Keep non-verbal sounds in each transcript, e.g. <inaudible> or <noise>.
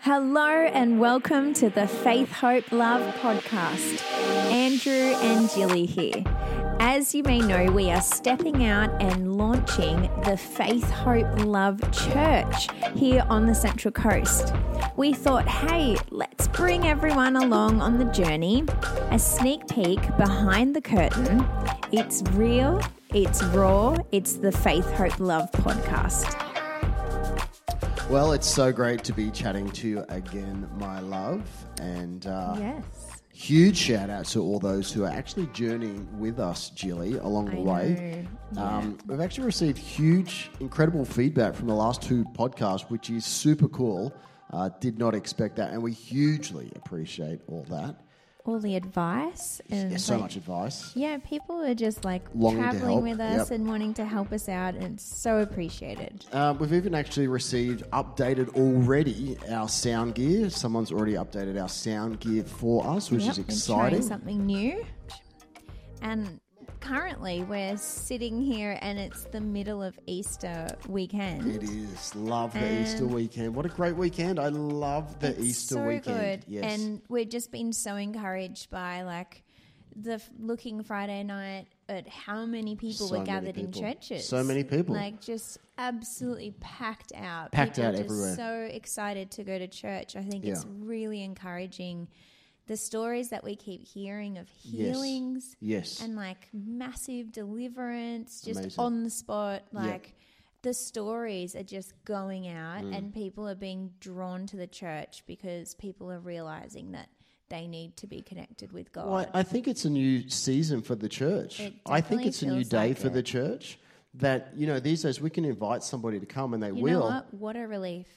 Hello and welcome to the Faith, Hope, Love podcast. Andrew and Jilly here. As you may know, we are stepping out and launching the Faith, Hope, Love Church here on the Central Coast. We thought, hey, let's bring everyone along on the journey, a sneak peek behind the curtain. It's real, it's raw, it's the Faith, Hope, Love podcast. Well, it's so great to be chatting to you again, my love. And uh, Yes. huge shout out to all those who are actually journeying with us, Jilly, along the I way. know. Um, we've actually received huge, incredible feedback from the last two podcasts, which is super cool. Uh, did not expect that. And we hugely appreciate all that. all the advice and There's so like- much advice. yeah people are just like Longing to traveling help, with us yep. and wanting to help us out and it's so appreciated Uh, we've even actually received updated already our sound gear. Someone's already updated our sound gear for us, which is Yep, and trying exciting. something new and currently we're sitting here and it's the middle of easter weekend It is. Love the And- Easter weekend. What a great weekend. I love the Easter so weekend. good Yes. and we've just been so encouraged by like the f- looking friday night at how many people So were many gathered people. in churches So many people. like just absolutely packed out Packed people out just everywhere. so excited to go to church i think it's Yeah. really encouraging the stories that we keep hearing of healings yes. and like massive deliverance just Amazing. on the spot like the stories are just going out Mm. and people are being drawn to the church because people are realizing that they need to be connected with god Well, I I think it's a new season for the church. It I think definitely it's a new feels day like for it. the church. That, you know, these days we can invite somebody to come and they you know will. what what a relief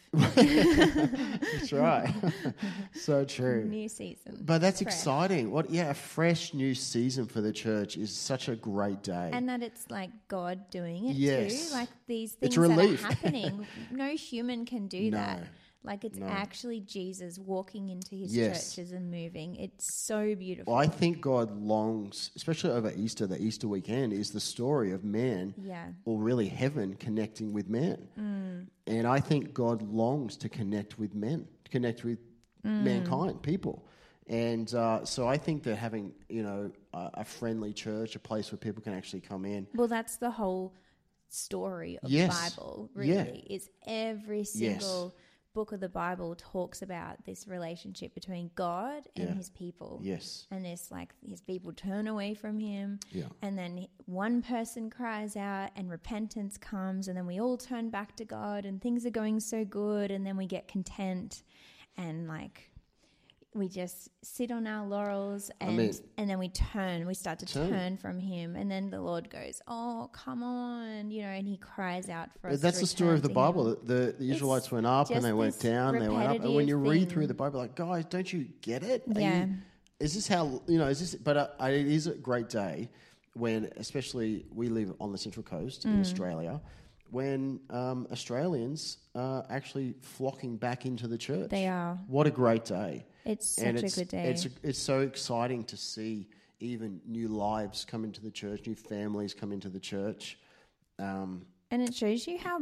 <laughs> That's right. <laughs> so true. new season But that's Fresh. exciting. What yeah, a fresh new season for the church is such a great day. and that it's like god doing it Yes. too like these things It's that are relief. <laughs> happening no human can do No. that like it's No. actually jesus walking into his Yes. churches and moving it's so beautiful Well, I think God longs, especially over Easter, the Easter weekend is the story of man, Yeah. or really heaven, connecting with man. And I think God longs to connect with men, to connect with mankind, people. And uh, so I think that having, you know, a, a friendly church, a place where people can actually come in. Well, that's the whole story of Yes. the Bible, Yeah. really. Is every single book of the Bible talks about this relationship between God and Yeah. his people. Yes. And it's like his people turn away from him. Yeah. And then one person cries out and repentance comes. And then we all turn back to God and things are going so good. And then we get content and like we just sit on our laurels and mean- and then we turn we start to Turn. turn from him and then the lord goes oh come on you know and he cries out for us But that's to the story of the return to him. Bible. The, the Israelites It's went up just and they went this down, they went up. And when you repetitive read through thing. the Bible, like, guys, don't you get it? Are Yeah. you- is this how, you know, is this, but uh, I- it is a great day when, especially we live on the Central Coast Mm. in Australia, when um, Australians are actually flocking back into the church. They are. What a great day. it's such and a it's, good day It's, it's so exciting to see even new lives come into the church, new families come into the church. Um, and it shows you how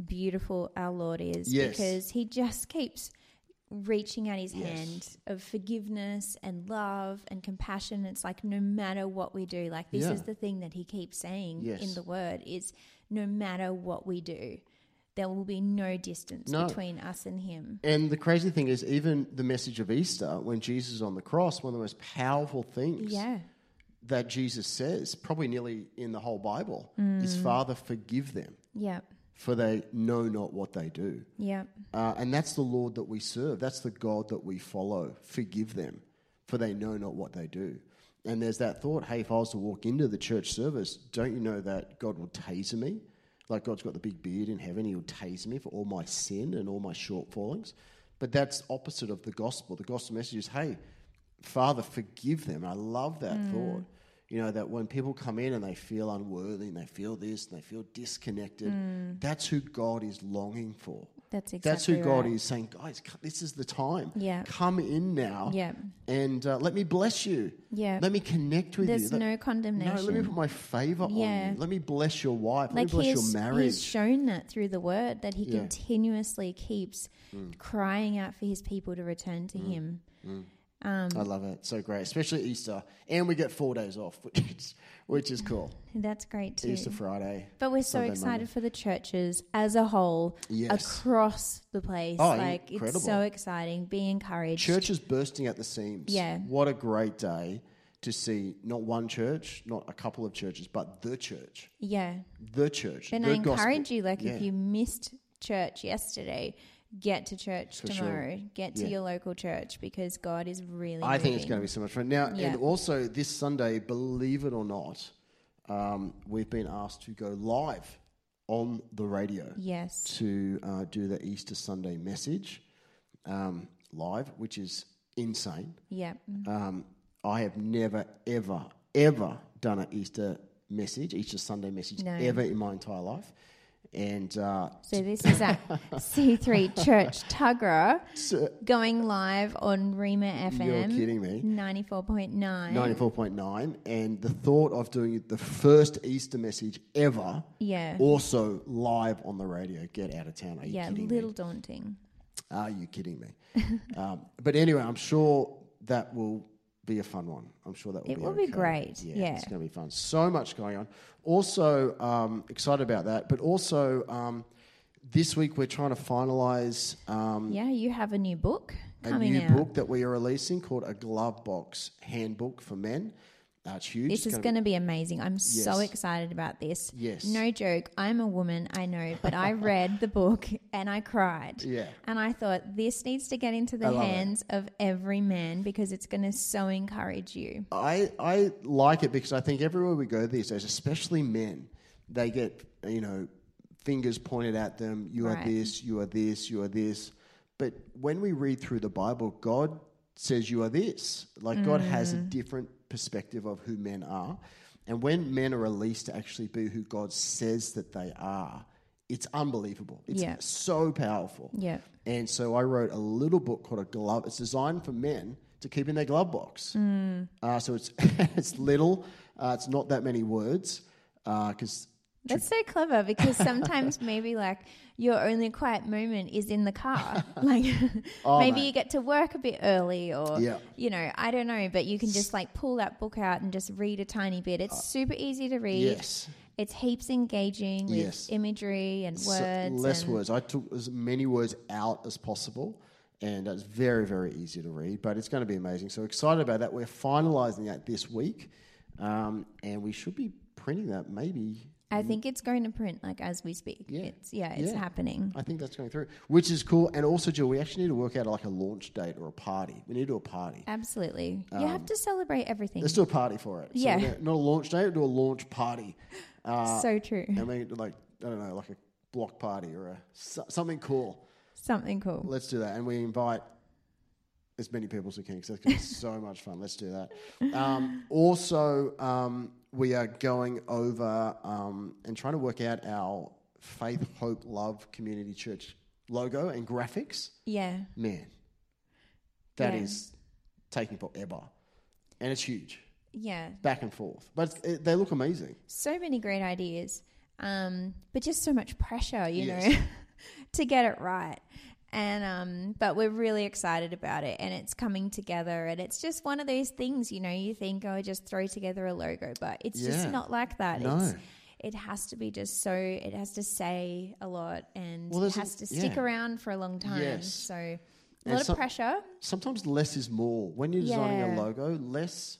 beautiful our lord is Yes. because he just keeps reaching out his Yes. hand of forgiveness and love and compassion it's like no matter what we do like this Yeah. is the thing that he keeps saying Yes. in the word is no matter what we do there will be no distance No. between us and him And the crazy thing is, even the message of Easter, when Jesus is on the cross, one of the most powerful things Yeah. that Jesus says, probably nearly in the whole Bible, is Father, forgive them, Yep. for they know not what they do. Yep. Uh, and that's the Lord that we serve. That's the God that we follow. Forgive them, for they know not what they do. And there's that thought hey, if I was to walk into the church service, don't you know that God will taser me? Like God's got the big beard in heaven, he'll taser me for all my sin and all my shortfallings. But that's opposite of the gospel. The gospel message is hey, Father, forgive them. I love that thought. You know, that when people come in and they feel unworthy and they feel this and they feel disconnected, that's who God is longing for. That's exactly That's who God right. is saying, guys, c- this is the time. Yeah. Come in now. Yeah. And uh, let me bless you. Yeah. Let me connect with you. There's Let- no no, condemnation. let me put my favor Yeah. on you. Let me bless your wife. like let me bless he's, your marriage. he's shown that through the word that he Yeah. Mm. continuously keeps crying out for his people to return to him. I love it. So great, especially Easter. And we get four days off, <laughs> which is, which is cool. That's great too. Easter Friday. But we're so Sunday, excited Monday. for the churches as a whole Yes. across the place. Oh, like incredible. it's so exciting. Be encouraged. Church is bursting at the seams. Yeah. What a great day to see not one church, not a couple of churches, but the church. Yeah. The church. And the I gospel. encourage you, like Yeah. if you missed church yesterday, get to church sure. tomorrow. Get to Yeah. your local church because God is really I think it's moving. going to be so much fun. Now, Yeah. and also this Sunday, believe it or not, um, we've been asked to go live on the radio Yes. to uh, do the Easter Sunday message um, live, which is insane. Yeah. Um, I have never, ever, ever done an Easter message, Easter Sunday message, No. ever in my entire life. And uh, So this is at C3 Church Tugra so- going live on Rima you're FM kidding me. 94.9. 94.9. And the thought of doing it the first Easter message ever, Yeah. also live on the radio. Get out of town. Are you Yeah, kidding little me? daunting. Are you <laughs> kidding me? um, but anyway, I'm sure that will be a fun one. I'm sure that will It be will be okay. great, yeah. It's going to be fun. So much going on. Also, um, excited about that. But also, um, this week we're trying to finalize um, Yeah, you have a new book a coming new out. book that we are releasing called A Glove Box Handbook for Men. Uh, it's huge. This It's is gonna going to be amazing. I'm so Yes. excited about this. Yes. No joke. I'm a woman, I know, but <laughs> I read the book and I cried. Yeah. And I thought this needs to get into I the love it. hands of every man because it's going to so encourage you. I, I like it because I think everywhere we go these days, especially men, they get, you know, fingers pointed at them. You Right. are this, you are this, you are this. But when we read through the Bible, God says you are this. Like God has a Mm. different perspective of who men are. And when men are released to actually be who God says that they are, it's unbelievable. It's Yeah. so powerful. Yeah. And so I wrote a little book called A Glove. It's designed for men to keep in their glove box. Mm. Uh, so it's <laughs> it's little. Uh, it's not that many words uh, because That's so clever because <laughs> sometimes maybe like your only quiet moment is in the <laughs> car. Like maybe mate. you get to work a bit early or Oh Yeah. you know, I don't know, but you can just like pull that book out and just read a tiny bit. It's super easy to read. Uh, yes, It's heaps engaging with Yes. imagery and So words. less and- words. I took as many words out as possible, and it's very very easy to read. But it's going to be amazing. So excited about that. We're finalising that this week, um, and we should be printing that maybe. I think it's going to print like as we speak. Yeah. It's yeah, it's Yeah. happening. I think that's going through, which is cool. And also, Jill, we actually need to work out like a launch date or a party. We need to do a party. Absolutely. you have to celebrate everything. Um, Let's do a party for it. So Yeah. we're gonna- not a launch day, we'll do a launch party. Uh, so true. <laughs> and we could, like I don't know, like a block party or a so- something cool. Something cool. Let's do that, and we invite as many people as we can because that's gonna be so much fun. Let's do that. Um, also, um, we are going over um, and trying to work out our faith, hope, love community church logo and graphics. Yeah. Man, that is Yeah. taking forever, and it's huge Yeah. back and forth. But it's- it, they look amazing. so many great ideas, um, but just so much pressure, you know, Yes. <laughs> to get it right. And um, but we're really excited about it, and it's coming together, and it's just one of those things, you know. You think, oh, just throw together a logo, but it's just Yeah. not like that. No. It's, it has to be just so. It has to say a lot, and Well, it there's a- has to stick yeah. around for a long time. Yes. So a And lot some- of pressure. Sometimes less is more. When you're designing Yeah. a logo, less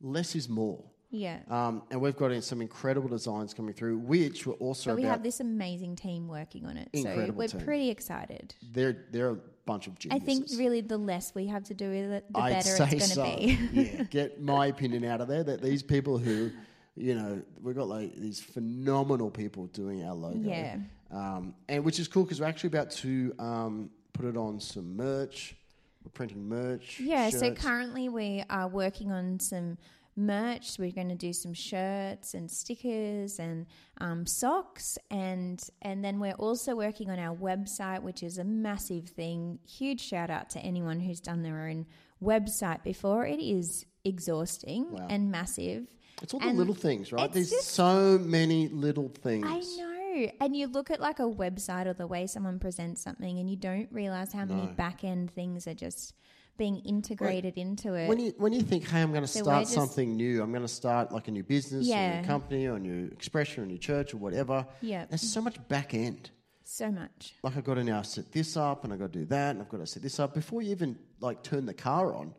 less is more. Yeah. Um, and we've got in some incredible designs coming through, which were also But we about have this amazing team working on it, so Incredible we're team. pretty excited. they're they're a bunch of I geniuses. think really the less we have to do with it, the I'd better it's say going to so. <laughs> be. <laughs> yeah, get my opinion out of there. That these people who, you know, we've got like these phenomenal people doing our logo. Yeah. Um, and which is cool because we're actually about to um, put it on some merch. We're printing merch. yeah. So shirts. currently we are working on some merch. So we're going to do some shirts and stickers and um, socks, and and then we're also working on our website, which is a massive thing. Huge shout out to anyone who's done their own website before. It is exhausting Wow. and massive. It's all the And little things, right? it's There's just- so many little things. I know. And you look at like a website or the way someone presents something, and you don't realize how many No. back end things are just being integrated into it. When you when you think, hey, I'm going to So we're start just- something new, I'm going to start like a new business, or a Yeah. new company, or a new expression, or a new church, or whatever. Yeah. there's so much back end. so much. Like I've got to now set this up, and I've got to do that, and I've got to set this up before you even like turn the car on.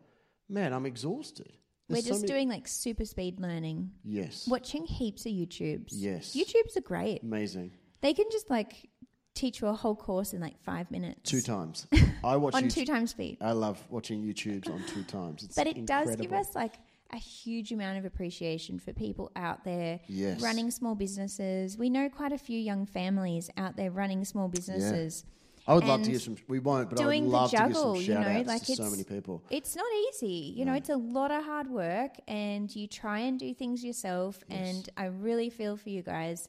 Man, I'm exhausted. We're There's so just many- doing like super speed learning, yes, watching heaps of YouTubes. Yes. YouTubes are great. amazing. They can just like teach you a whole course in like five minutes <laughs> Two times. I watch. on YouTube- two times speed. I love watching YouTube's on two times. It's But it does give incredible. us like a huge amount of appreciation for people out there Yes. running small businesses. We know quite a few young families out there running small businesses. I would love to and give some. We won't, but I would doing the love juggle, to you give some know, shout outs like to so it's- many people. It's not easy. You know, it's a lot of hard work and you try and do things yourself and I really feel for you guys.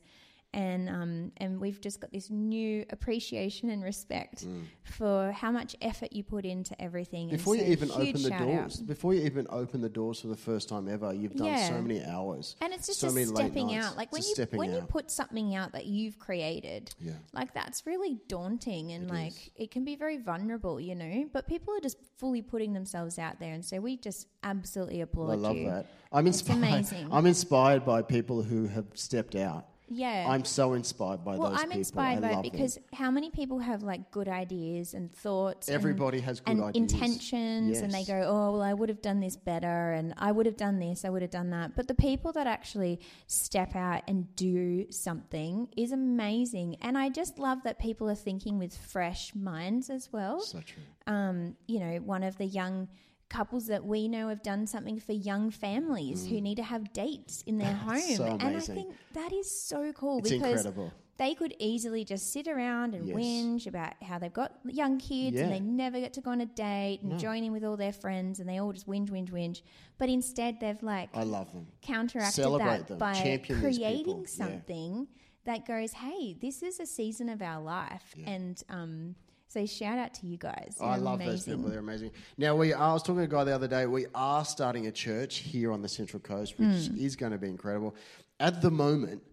And um, and we've just got this new appreciation and respect Mm. for how much effort you put into everything. And Before you so even huge open the shout out. doors, before you even open the doors for the first time ever, you've done Yeah. so many hours. And it's just, so a many late stepping nights. out. Like It's when a you stepping when you out. put something out that you've created, Yeah. like that's really daunting and like it can be very vulnerable, you know. But people are just fully putting themselves out there, and so we just absolutely applaud I love you. that. I'm inspired. amazing. I'm inspired by people who have stepped out. Yeah. I'm so inspired by well, those I'm people. inspired I by love it them. because how many people have like good ideas and thoughts? and- Everybody has good and ideas. intentions, and they Yes. go, "Oh, well, I would have done this better, and I would have done this, I would have done that." But the people that actually step out and do something is amazing, and I just love that people are thinking with fresh minds as well So true. um, you know, one of the young couples that we know have done something for young families who need to have dates in their home. Mm. So and I amazing. think that is so cool It's because incredible. they could easily just sit around and Yes. whinge about how they've got young kids Yeah. and they never get to go on a date and join in with all their friends and they all just whinge, whinge, whinge. But instead, they've like I love them. counteracted Celebrate that them, by champion these people, creating yeah. something that goes, hey, this is a season of our life. And um, so shout out to you guys. Oh, I You're love those amazing. people. They're amazing. Now, we I was talking to a guy the other day. We are starting a church here on the Central Coast, which is going to be incredible. At the moment,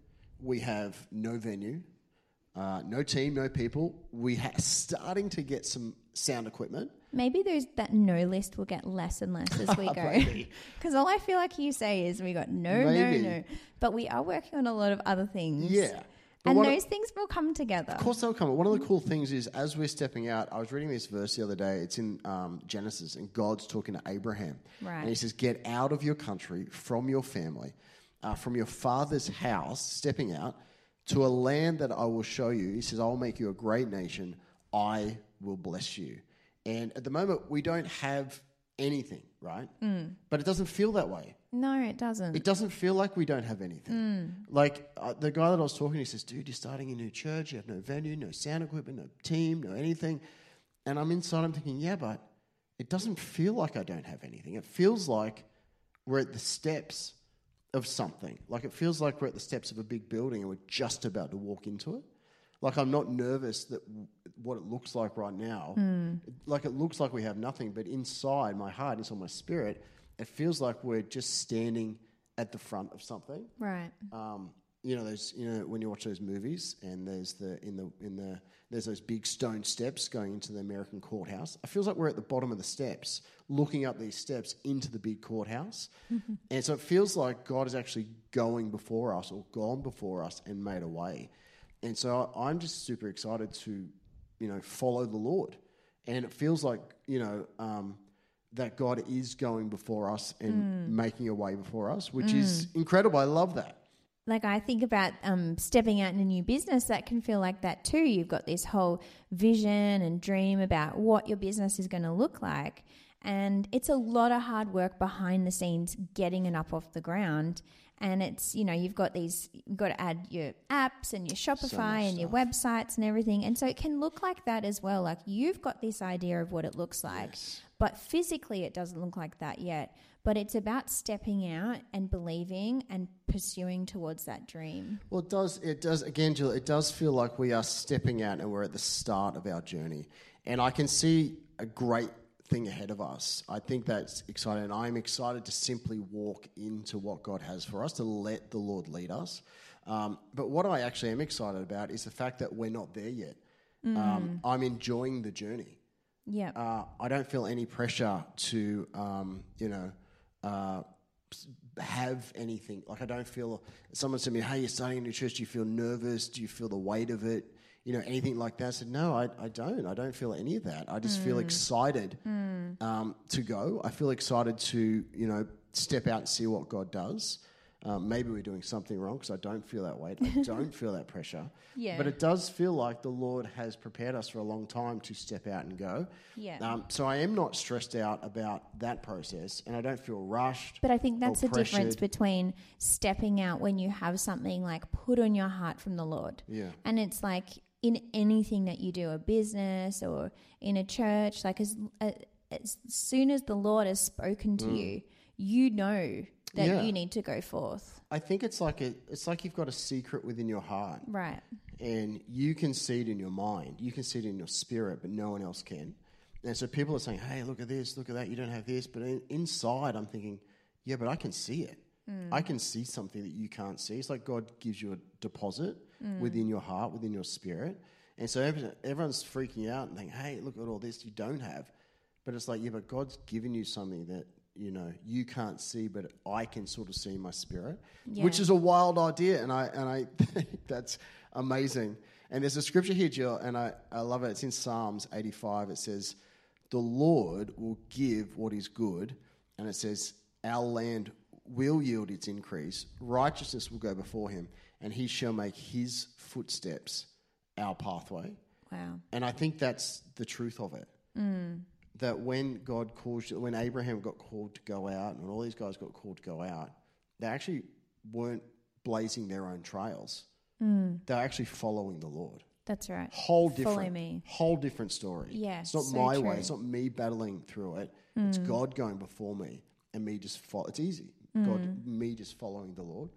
we have no venue, uh, no team, no people. We are starting to get some sound equipment. Maybe those that no list will get less and less as we go. <laughs> <laughs> Maybe. Because all I feel like you say is we got no, Maybe. no, no. But we are working on a lot of other things. Yeah. But and what- those things will come together. Of course, they'll come. One of the cool things is as we're stepping out, I was reading this verse the other day. It's in um, Genesis, and God's talking to Abraham. Right. And he says, Get out of your country, from your family, uh, from your father's house, stepping out to a land that I will show you. He says, I'll make you a great nation. I will bless you. And at the moment, we don't have anything, right? But it doesn't feel that way. No, it doesn't. It doesn't feel like we don't have anything. Like uh, the guy that I was talking to he says, dude, you're starting a new church. You have no venue, no sound equipment, no team, no anything. And I'm inside, I'm thinking, yeah, but it doesn't feel like I don't have anything. It feels like we're at the steps of something. Like it feels like we're at the steps of a big building and we're just about to walk into it. Like I'm not nervous that w- what it looks like right now. Like it looks like we have nothing, but inside my heart, inside my spirit, it feels like we're just standing at the front of something. right. Um, you know those. You know when you watch those movies, and there's the in the in the there's those big stone steps going into the American courthouse. It feels like we're at the bottom of the steps, looking up these steps into the big courthouse, and so it feels like God is actually going before us, or gone before us, and made a way. And so I- I'm just super excited to, you know, follow the Lord, and it feels like you know. Um, that God is going before us and making a way before us, which is incredible. I love that. like I think about um, stepping out in a new business, that can feel like that too. You've got this whole vision and dream about what your business is going to look like. And it's a lot of hard work behind the scenes getting it up off the ground. And it's, you know, you've got these, you've got to add your apps and your Shopify and your websites and everything. And so it can look like that as well. Like you've got this idea of what it looks like, but physically it doesn't look like that yet. But But it's about stepping out and believing and pursuing towards that dream. Well, it does. It does again, Jill. It does feel like we are stepping out and we're at the start of our journey, and I can see a great thing ahead of us. I think that's exciting, and I'm excited to simply walk into what God has for us to let the Lord lead us. Um, but what I actually am excited about is the fact that we're not there yet. Um, I'm enjoying the journey. Yeah. Uh, I don't feel any pressure to, um, you know, uh, s- have anything. Like I don't feel. Someone said to me, "Hey, you're starting a new church. Do you feel nervous? Do you feel the weight of it? You know, anything like that?" I said, "No, I, I don't. I don't feel any of that. I just feel excited um, to go. I feel excited to, you know, step out and see what God does." Um, maybe we're doing something wrong because I don't feel that weight. I don't feel that pressure. Yeah. But it does feel like the Lord has prepared us for a long time to step out and go. Yeah. Um, so I am not stressed out about that process, and I don't feel rushed. But I think or that's the difference pressured. between stepping out when you have something like put on your heart from the Lord. Yeah. And it's like in anything that you do, a business or in a church, like as, uh, as soon as the Lord has spoken to you, you know that Mm. Yeah. you need to go forth. I think it's like a, it's like you've got a secret within your heart, Right. and you can see it in your mind, you can see it in your spirit, but no one else can. And so people are saying, "Hey, look at this, look at that. You don't have this," but in, inside, I'm thinking, "Yeah, but I can see it. I can see something that you can't see." It's like God gives you a deposit within your heart, within your spirit, and so every- everyone's freaking out and thinking, "Hey, look at all this you don't have," but it's like, "Yeah, but God's given you something that." You know, you can't see, but I can sort of see in my spirit, Yeah. which is is a wild idea, and I and I <laughs> think that's amazing. And there's a scripture here, Jill, and I, I love it. It's in Psalms 85. It says, "The Lord will give what is good," and it says, "Our land will yield its increase. Righteousness will go before Him, and He shall make His footsteps our pathway." Wow. And I think that's the truth of it. Mm. That when God calls you, when Abraham got called to go out, and when all these guys got called to go out, they actually weren't blazing their own trails. They're actually following the Lord. That's right. Whole Mm. Follow different, me. whole different story. Yeah, it's not so my true. Mm. way. It's not me battling through it. It's God going before me and me just follow. It's easy. Mm. God, me just following the Lord.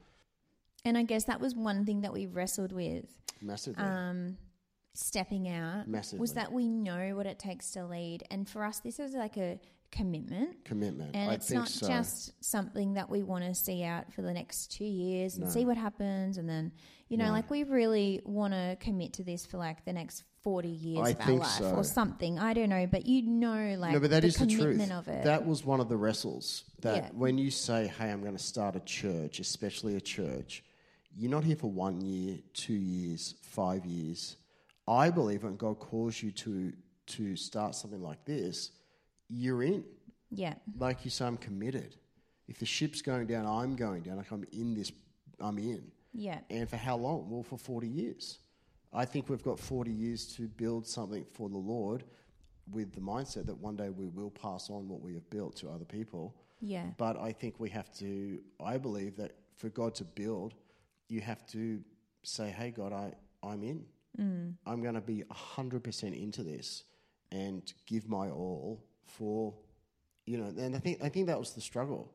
And I guess that was one thing that we wrestled with Massively. um, stepping out Massively. was that we know what it takes to lead. And for us, this is like a commitment. Commitment. And I it's think not so. just something that we want to see out for the next two years and No. see what happens. And then, you know, like we really want to commit to this for like the next 40 years I of our think life so. or something. I don't know. But you know, like no, but that the is the commitment of truth. it. That was one of the wrestles. That Yeah. when you say, "Hey, I'm going to start a church," especially a church, you're not here for one year, two years, five years. I believe when God calls you to to start something like this, you're in. yeah. Like you say, I'm committed. If the ship's going down, I'm going down. Like I'm in this. I'm in. Yeah. And for how long? Well, for 40 years. I think we've got 40 years to build something for the Lord with the mindset that one day we will pass on what we have built to other people. Yeah. But I think we have to, I believe that for God to build, you have to say, hey, God, I, I'm in. Mm. I'm going to be 100% into this and give my all for, you know, and I think, I think that was the struggle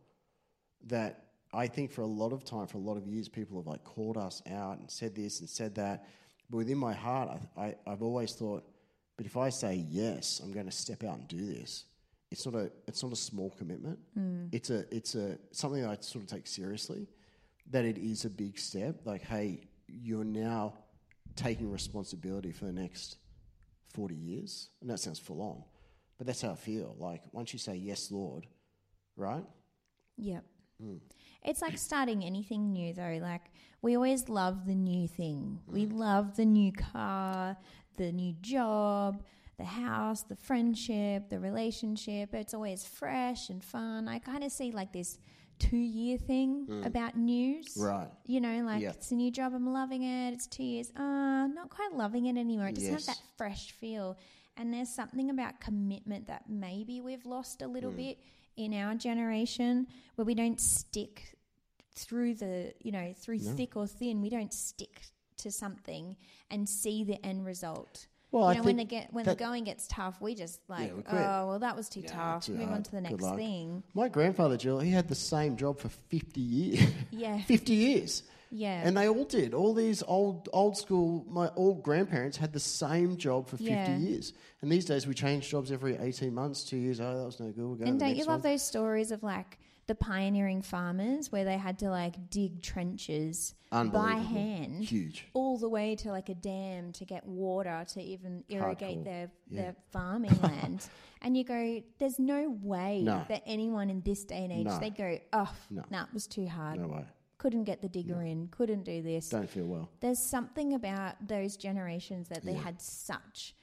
that I think for a lot of time, for a lot of years, people have like called us out and said this and said that. But within my heart, I, I, I've always thought, but if I say yes, I'm going to step out and do this. It's not a it's not a small commitment. It's a it's a something that I sort of take seriously. That it is a big step. Like, hey, you're now taking responsibility for the next 40 years. And that sounds full on, but that's how I feel. Like, once you say yes, Lord, right? Yep. It's like starting anything new, though. Like, we always love the new thing. We love the new car, the new job, the house, the friendship, the relationship. It's always fresh and fun. I kind of see like this two year thing about news. Right. You know, like Yeah. it's a new job, I'm loving it. It's two years, ah, not quite loving it anymore. It doesn't Yes. have that fresh feel. And there's something about commitment that maybe we've lost a Hmm. little bit in our generation where we don't stick through the, you know, through thick or thin, we don't stick to something and see the end result. Well, you I know, when think the get when that- the going gets tough, we just like, we quit. oh well, that was too tough. too Move on hard. to the Good next luck." thing. My grandfather, Jill, he had the same job for 50 years. <laughs> Yeah. 50 years. Yeah. And they all did. All these old old school, my old grandparents had the same job for 50 Yeah. years. And these days we change jobs every 18 months, two years. Oh, that was no good. We'll go to and the don't you next love one. those stories of like the pioneering farmers where they had to like dig trenches by Unbelievable. hand, Huge. all the way to like a dam to get water to even irrigate Hardcore. their Yeah. <laughs> their farming land. And you go, there's no way No. that anyone in this day and age No. they go, oh, No. nah, it was too hard. No way. Couldn't get the digger in. Couldn't do this. Don't feel well. There's something about those generations that they had such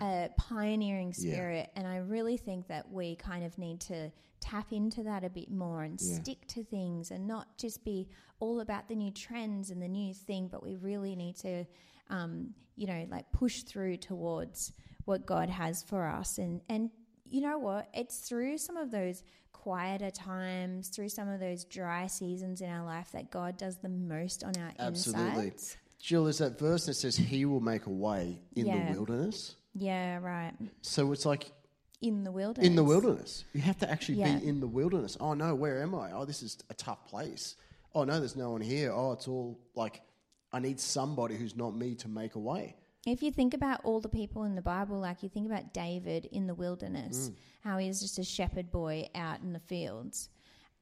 a pioneering spirit, and I really think that we kind of need to tap into that a bit more and stick to things and not just be all about the new trends and the new thing, but we really need to, um, you know, like push through towards what God has for us and and you know what? It's through some of those quieter times, through some of those dry seasons in our life that God does the most on our Absolutely. insides. Jill, there's that verse that says, He will make a way in Yeah. the wilderness. Yeah, right. So it's like In the wilderness. in the wilderness. You have to actually Yeah. be in the wilderness. Oh no, where am I? Oh, this is a tough place. Oh no, there's no one here. Oh, it's all like I need somebody who's not me to make a way. If you think about all the people in the Bible, like you think about David in the wilderness, Mm. how he was just a shepherd boy out in the fields.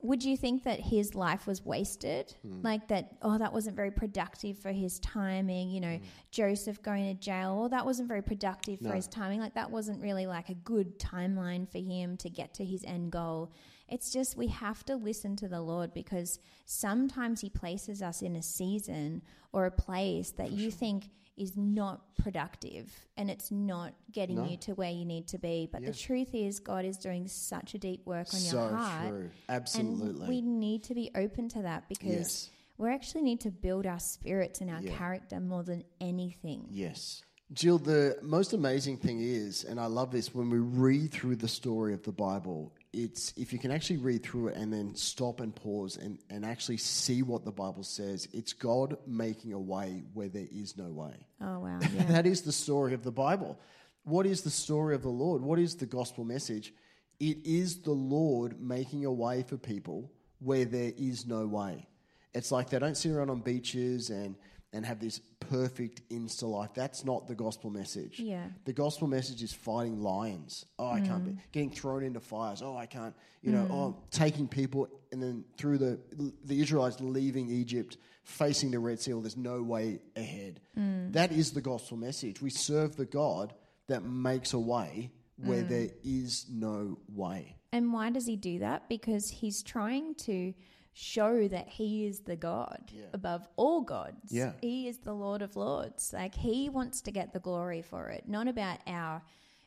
Would you think that his life was wasted? Mm. Like that, oh, that wasn't very productive for his timing. You know, Mm. Joseph going to jail, oh, that wasn't very productive for his timing. Like that wasn't really like a good timeline for him to get to his end goal. It's just we have to listen to the Lord because sometimes He places us in a season or a place that you think is not productive and it's not getting you to where you need to be. But the truth is, God is doing such a deep work on So your heart. true. Absolutely. And we need to be open to that because Yes. we actually need to build our spirits and our Yeah. character more than anything. Yes. Jill, the most amazing thing is, and I love this, when we read through the story of the Bible, it's if you can actually read through it and then stop and pause and, and actually see what the Bible says, it's God making a way where there is no way. Oh, wow. <laughs> And Yeah. that is the story of the Bible. What is the story of the Lord? What is the gospel message? It is the Lord making a way for people where there is no way. It's like they don't sit around on beaches and, and have this perfect insta life. That's not the gospel message. Yeah. The gospel message is fighting lions. Oh, I can't be getting thrown into fires. Oh, I can't. You know, oh, taking people and then through the the Israelites leaving Egypt, facing the Red Sea. well, There's no way ahead. That is the gospel message. We serve the God that makes a way where there is no way. and why does He do that? Because He's trying to show that He is the God above all gods. Yeah. He is the Lord of Lords. Like He wants to get the glory for it, not about our,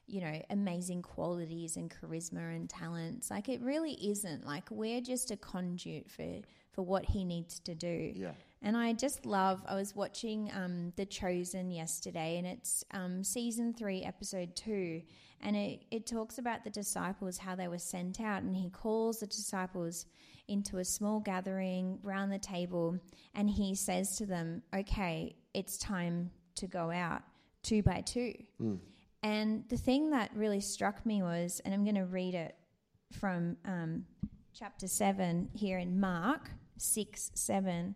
you know, amazing qualities and charisma and talents. Like it really isn't. Like we're just a conduit for for what He needs to do. Yeah. And I just love. I was watching um, The Chosen yesterday, and it's um, season three, episode two, and it it talks about the disciples how they were sent out, and he calls the disciples into a small gathering round the table, and he says to them, "Okay, it's time to go out two by two. And the thing that really struck me was, and I'm going to read it from um, chapter 7 here in Mark 6 7.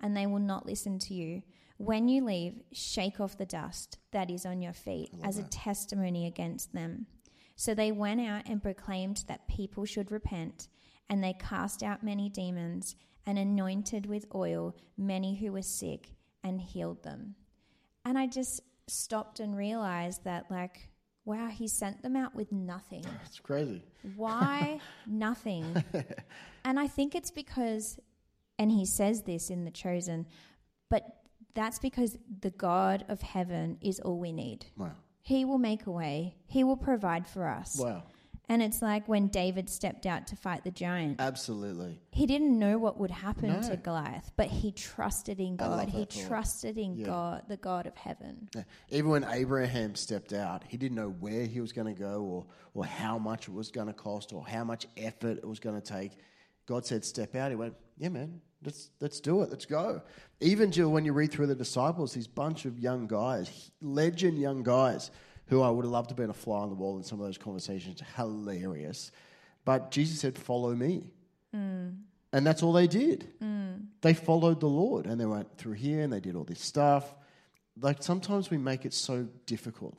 and they will not listen to you, when you leave, shake off the dust that is on your feet as a testimony against them. So they went out and proclaimed that people should repent, and they cast out many demons and anointed with oil many who were sick and healed them. And I just stopped and realized that, like, wow, he sent them out with nothing. It's crazy. Why <laughs> nothing? And I think it's because, and he says this in The Chosen, but that's because the God of heaven is all we need. Wow. He will make a way. He will provide for us. Wow. And it's like when David stepped out to fight the giant. Absolutely. He didn't know what would happen No. to Goliath, but he trusted in I love God. He that thought. trusted in Yeah. God, the God of heaven. Yeah. Even when Abraham stepped out, he didn't know where he was going to go or, or how much it was going to cost or how much effort it was going to take. God said, Step out. He went, Yeah, man, let's, let's do it. Let's go. Even, Jill, when you read through the disciples, these bunch of young guys, legend young guys, who I would have loved to have been a fly on the wall in some of those conversations. Hilarious. But Jesus said, Follow me. And that's all they did. They followed the Lord and they went through here and they did all this stuff. Like sometimes we make it so difficult,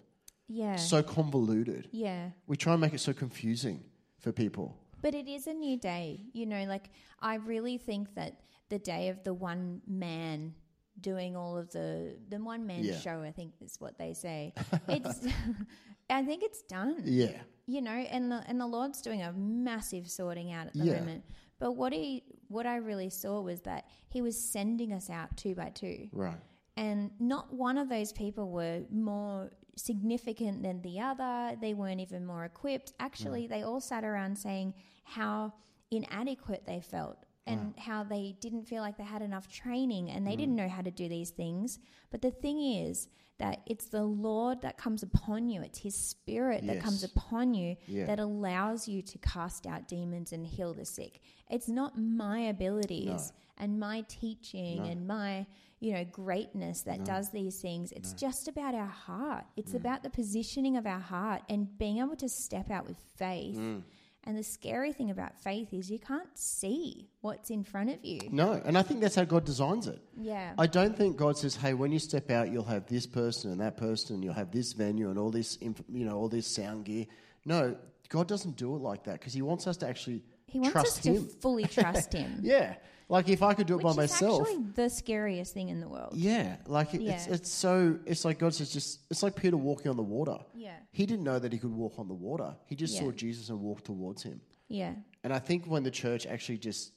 Yeah. so convoluted. yeah. We try and make it so confusing for people. But it is a new day. You know, like I really think that the day of the one man doing all of the the one man Yeah. show, I think is what they say. It's <laughs> I think it's done. Yeah. you know, and the and the Lord's doing a massive sorting out at the Yeah. moment. But what he what I really saw was that he was sending us out two by two, Right. and not one of those people were more significant than the other. They weren't even more equipped. Actually, they all sat around saying how inadequate they felt. And how they didn't feel like they had enough training and they didn't know how to do these things. But the thing is that it's the Lord that comes upon you, it's His Spirit that comes Yes. upon you Yeah. that allows you to cast out demons and heal the sick. It's not my abilities and my teaching and my, you know, greatness that does these things. It's just about our heart. It's Mm. about the positioning of our heart and being able to step out with faith. Mm. And the scary thing about faith is you can't see what's in front of you. No. And I think that's how God designs it. Yeah. I don't think God says, "Hey, when you step out, you'll have this person and that person, and you'll have this venue and all this, inf- you know, all this sound gear." No, God doesn't do it like that because He wants us to actually he wants trust us Him. to <laughs> fully trust him. yeah, like if I could do it Which by is myself, actually the scariest thing in the world. yeah, like it, it's Yeah. it's so it's like God says, just it's like Peter walking on the water. Yeah. he didn't know that he could walk on the water. He just Yeah. saw Jesus and walked towards him. Yeah. And I think when the church actually just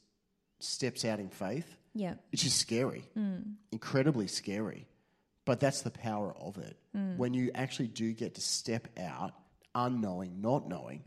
steps out in faith, Yeah. it's just scary, Mm. incredibly scary. But that's the power of it. Mm. When you actually do get to step out, unknowing, not knowing,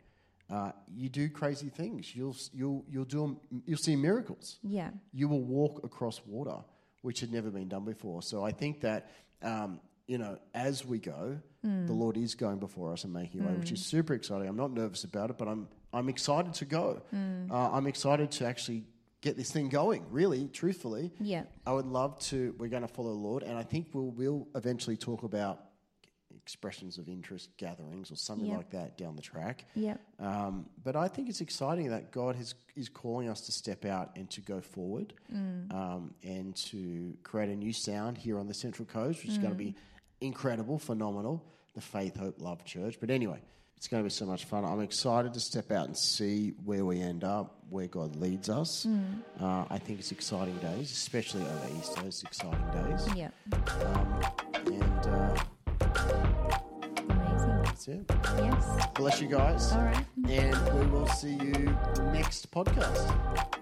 uh, you do crazy things. You'll s- you'll you'll do you'll see miracles. Yeah. You will walk across water, which had never been done before. So I think that um, you know, as we go, the Lord is going before us and making a way, which is super exciting. I'm not nervous about it, but I'm I'm excited to go. Uh, I'm excited to actually get this thing going. Really, truthfully, Yeah. I would love to. We're going to follow the Lord, and I think we'll will eventually talk about expressions of interest gatherings or something Yeah. like that down the track. Yeah. Um, but I think it's exciting that God has, is calling us to step out and to go forward um, and to create a new sound here on the Central Coast, which is going to be incredible, phenomenal. The Faith, Hope, Love Church. But anyway, it's going to be so much fun. I'm excited to step out and see where we end up, where God leads us. Uh, I think it's exciting days, especially over Easter. It's exciting days. Yeah. Um, and uh, Amazing. that's it. Yes. Bless you guys. All right. And we will see you next podcast.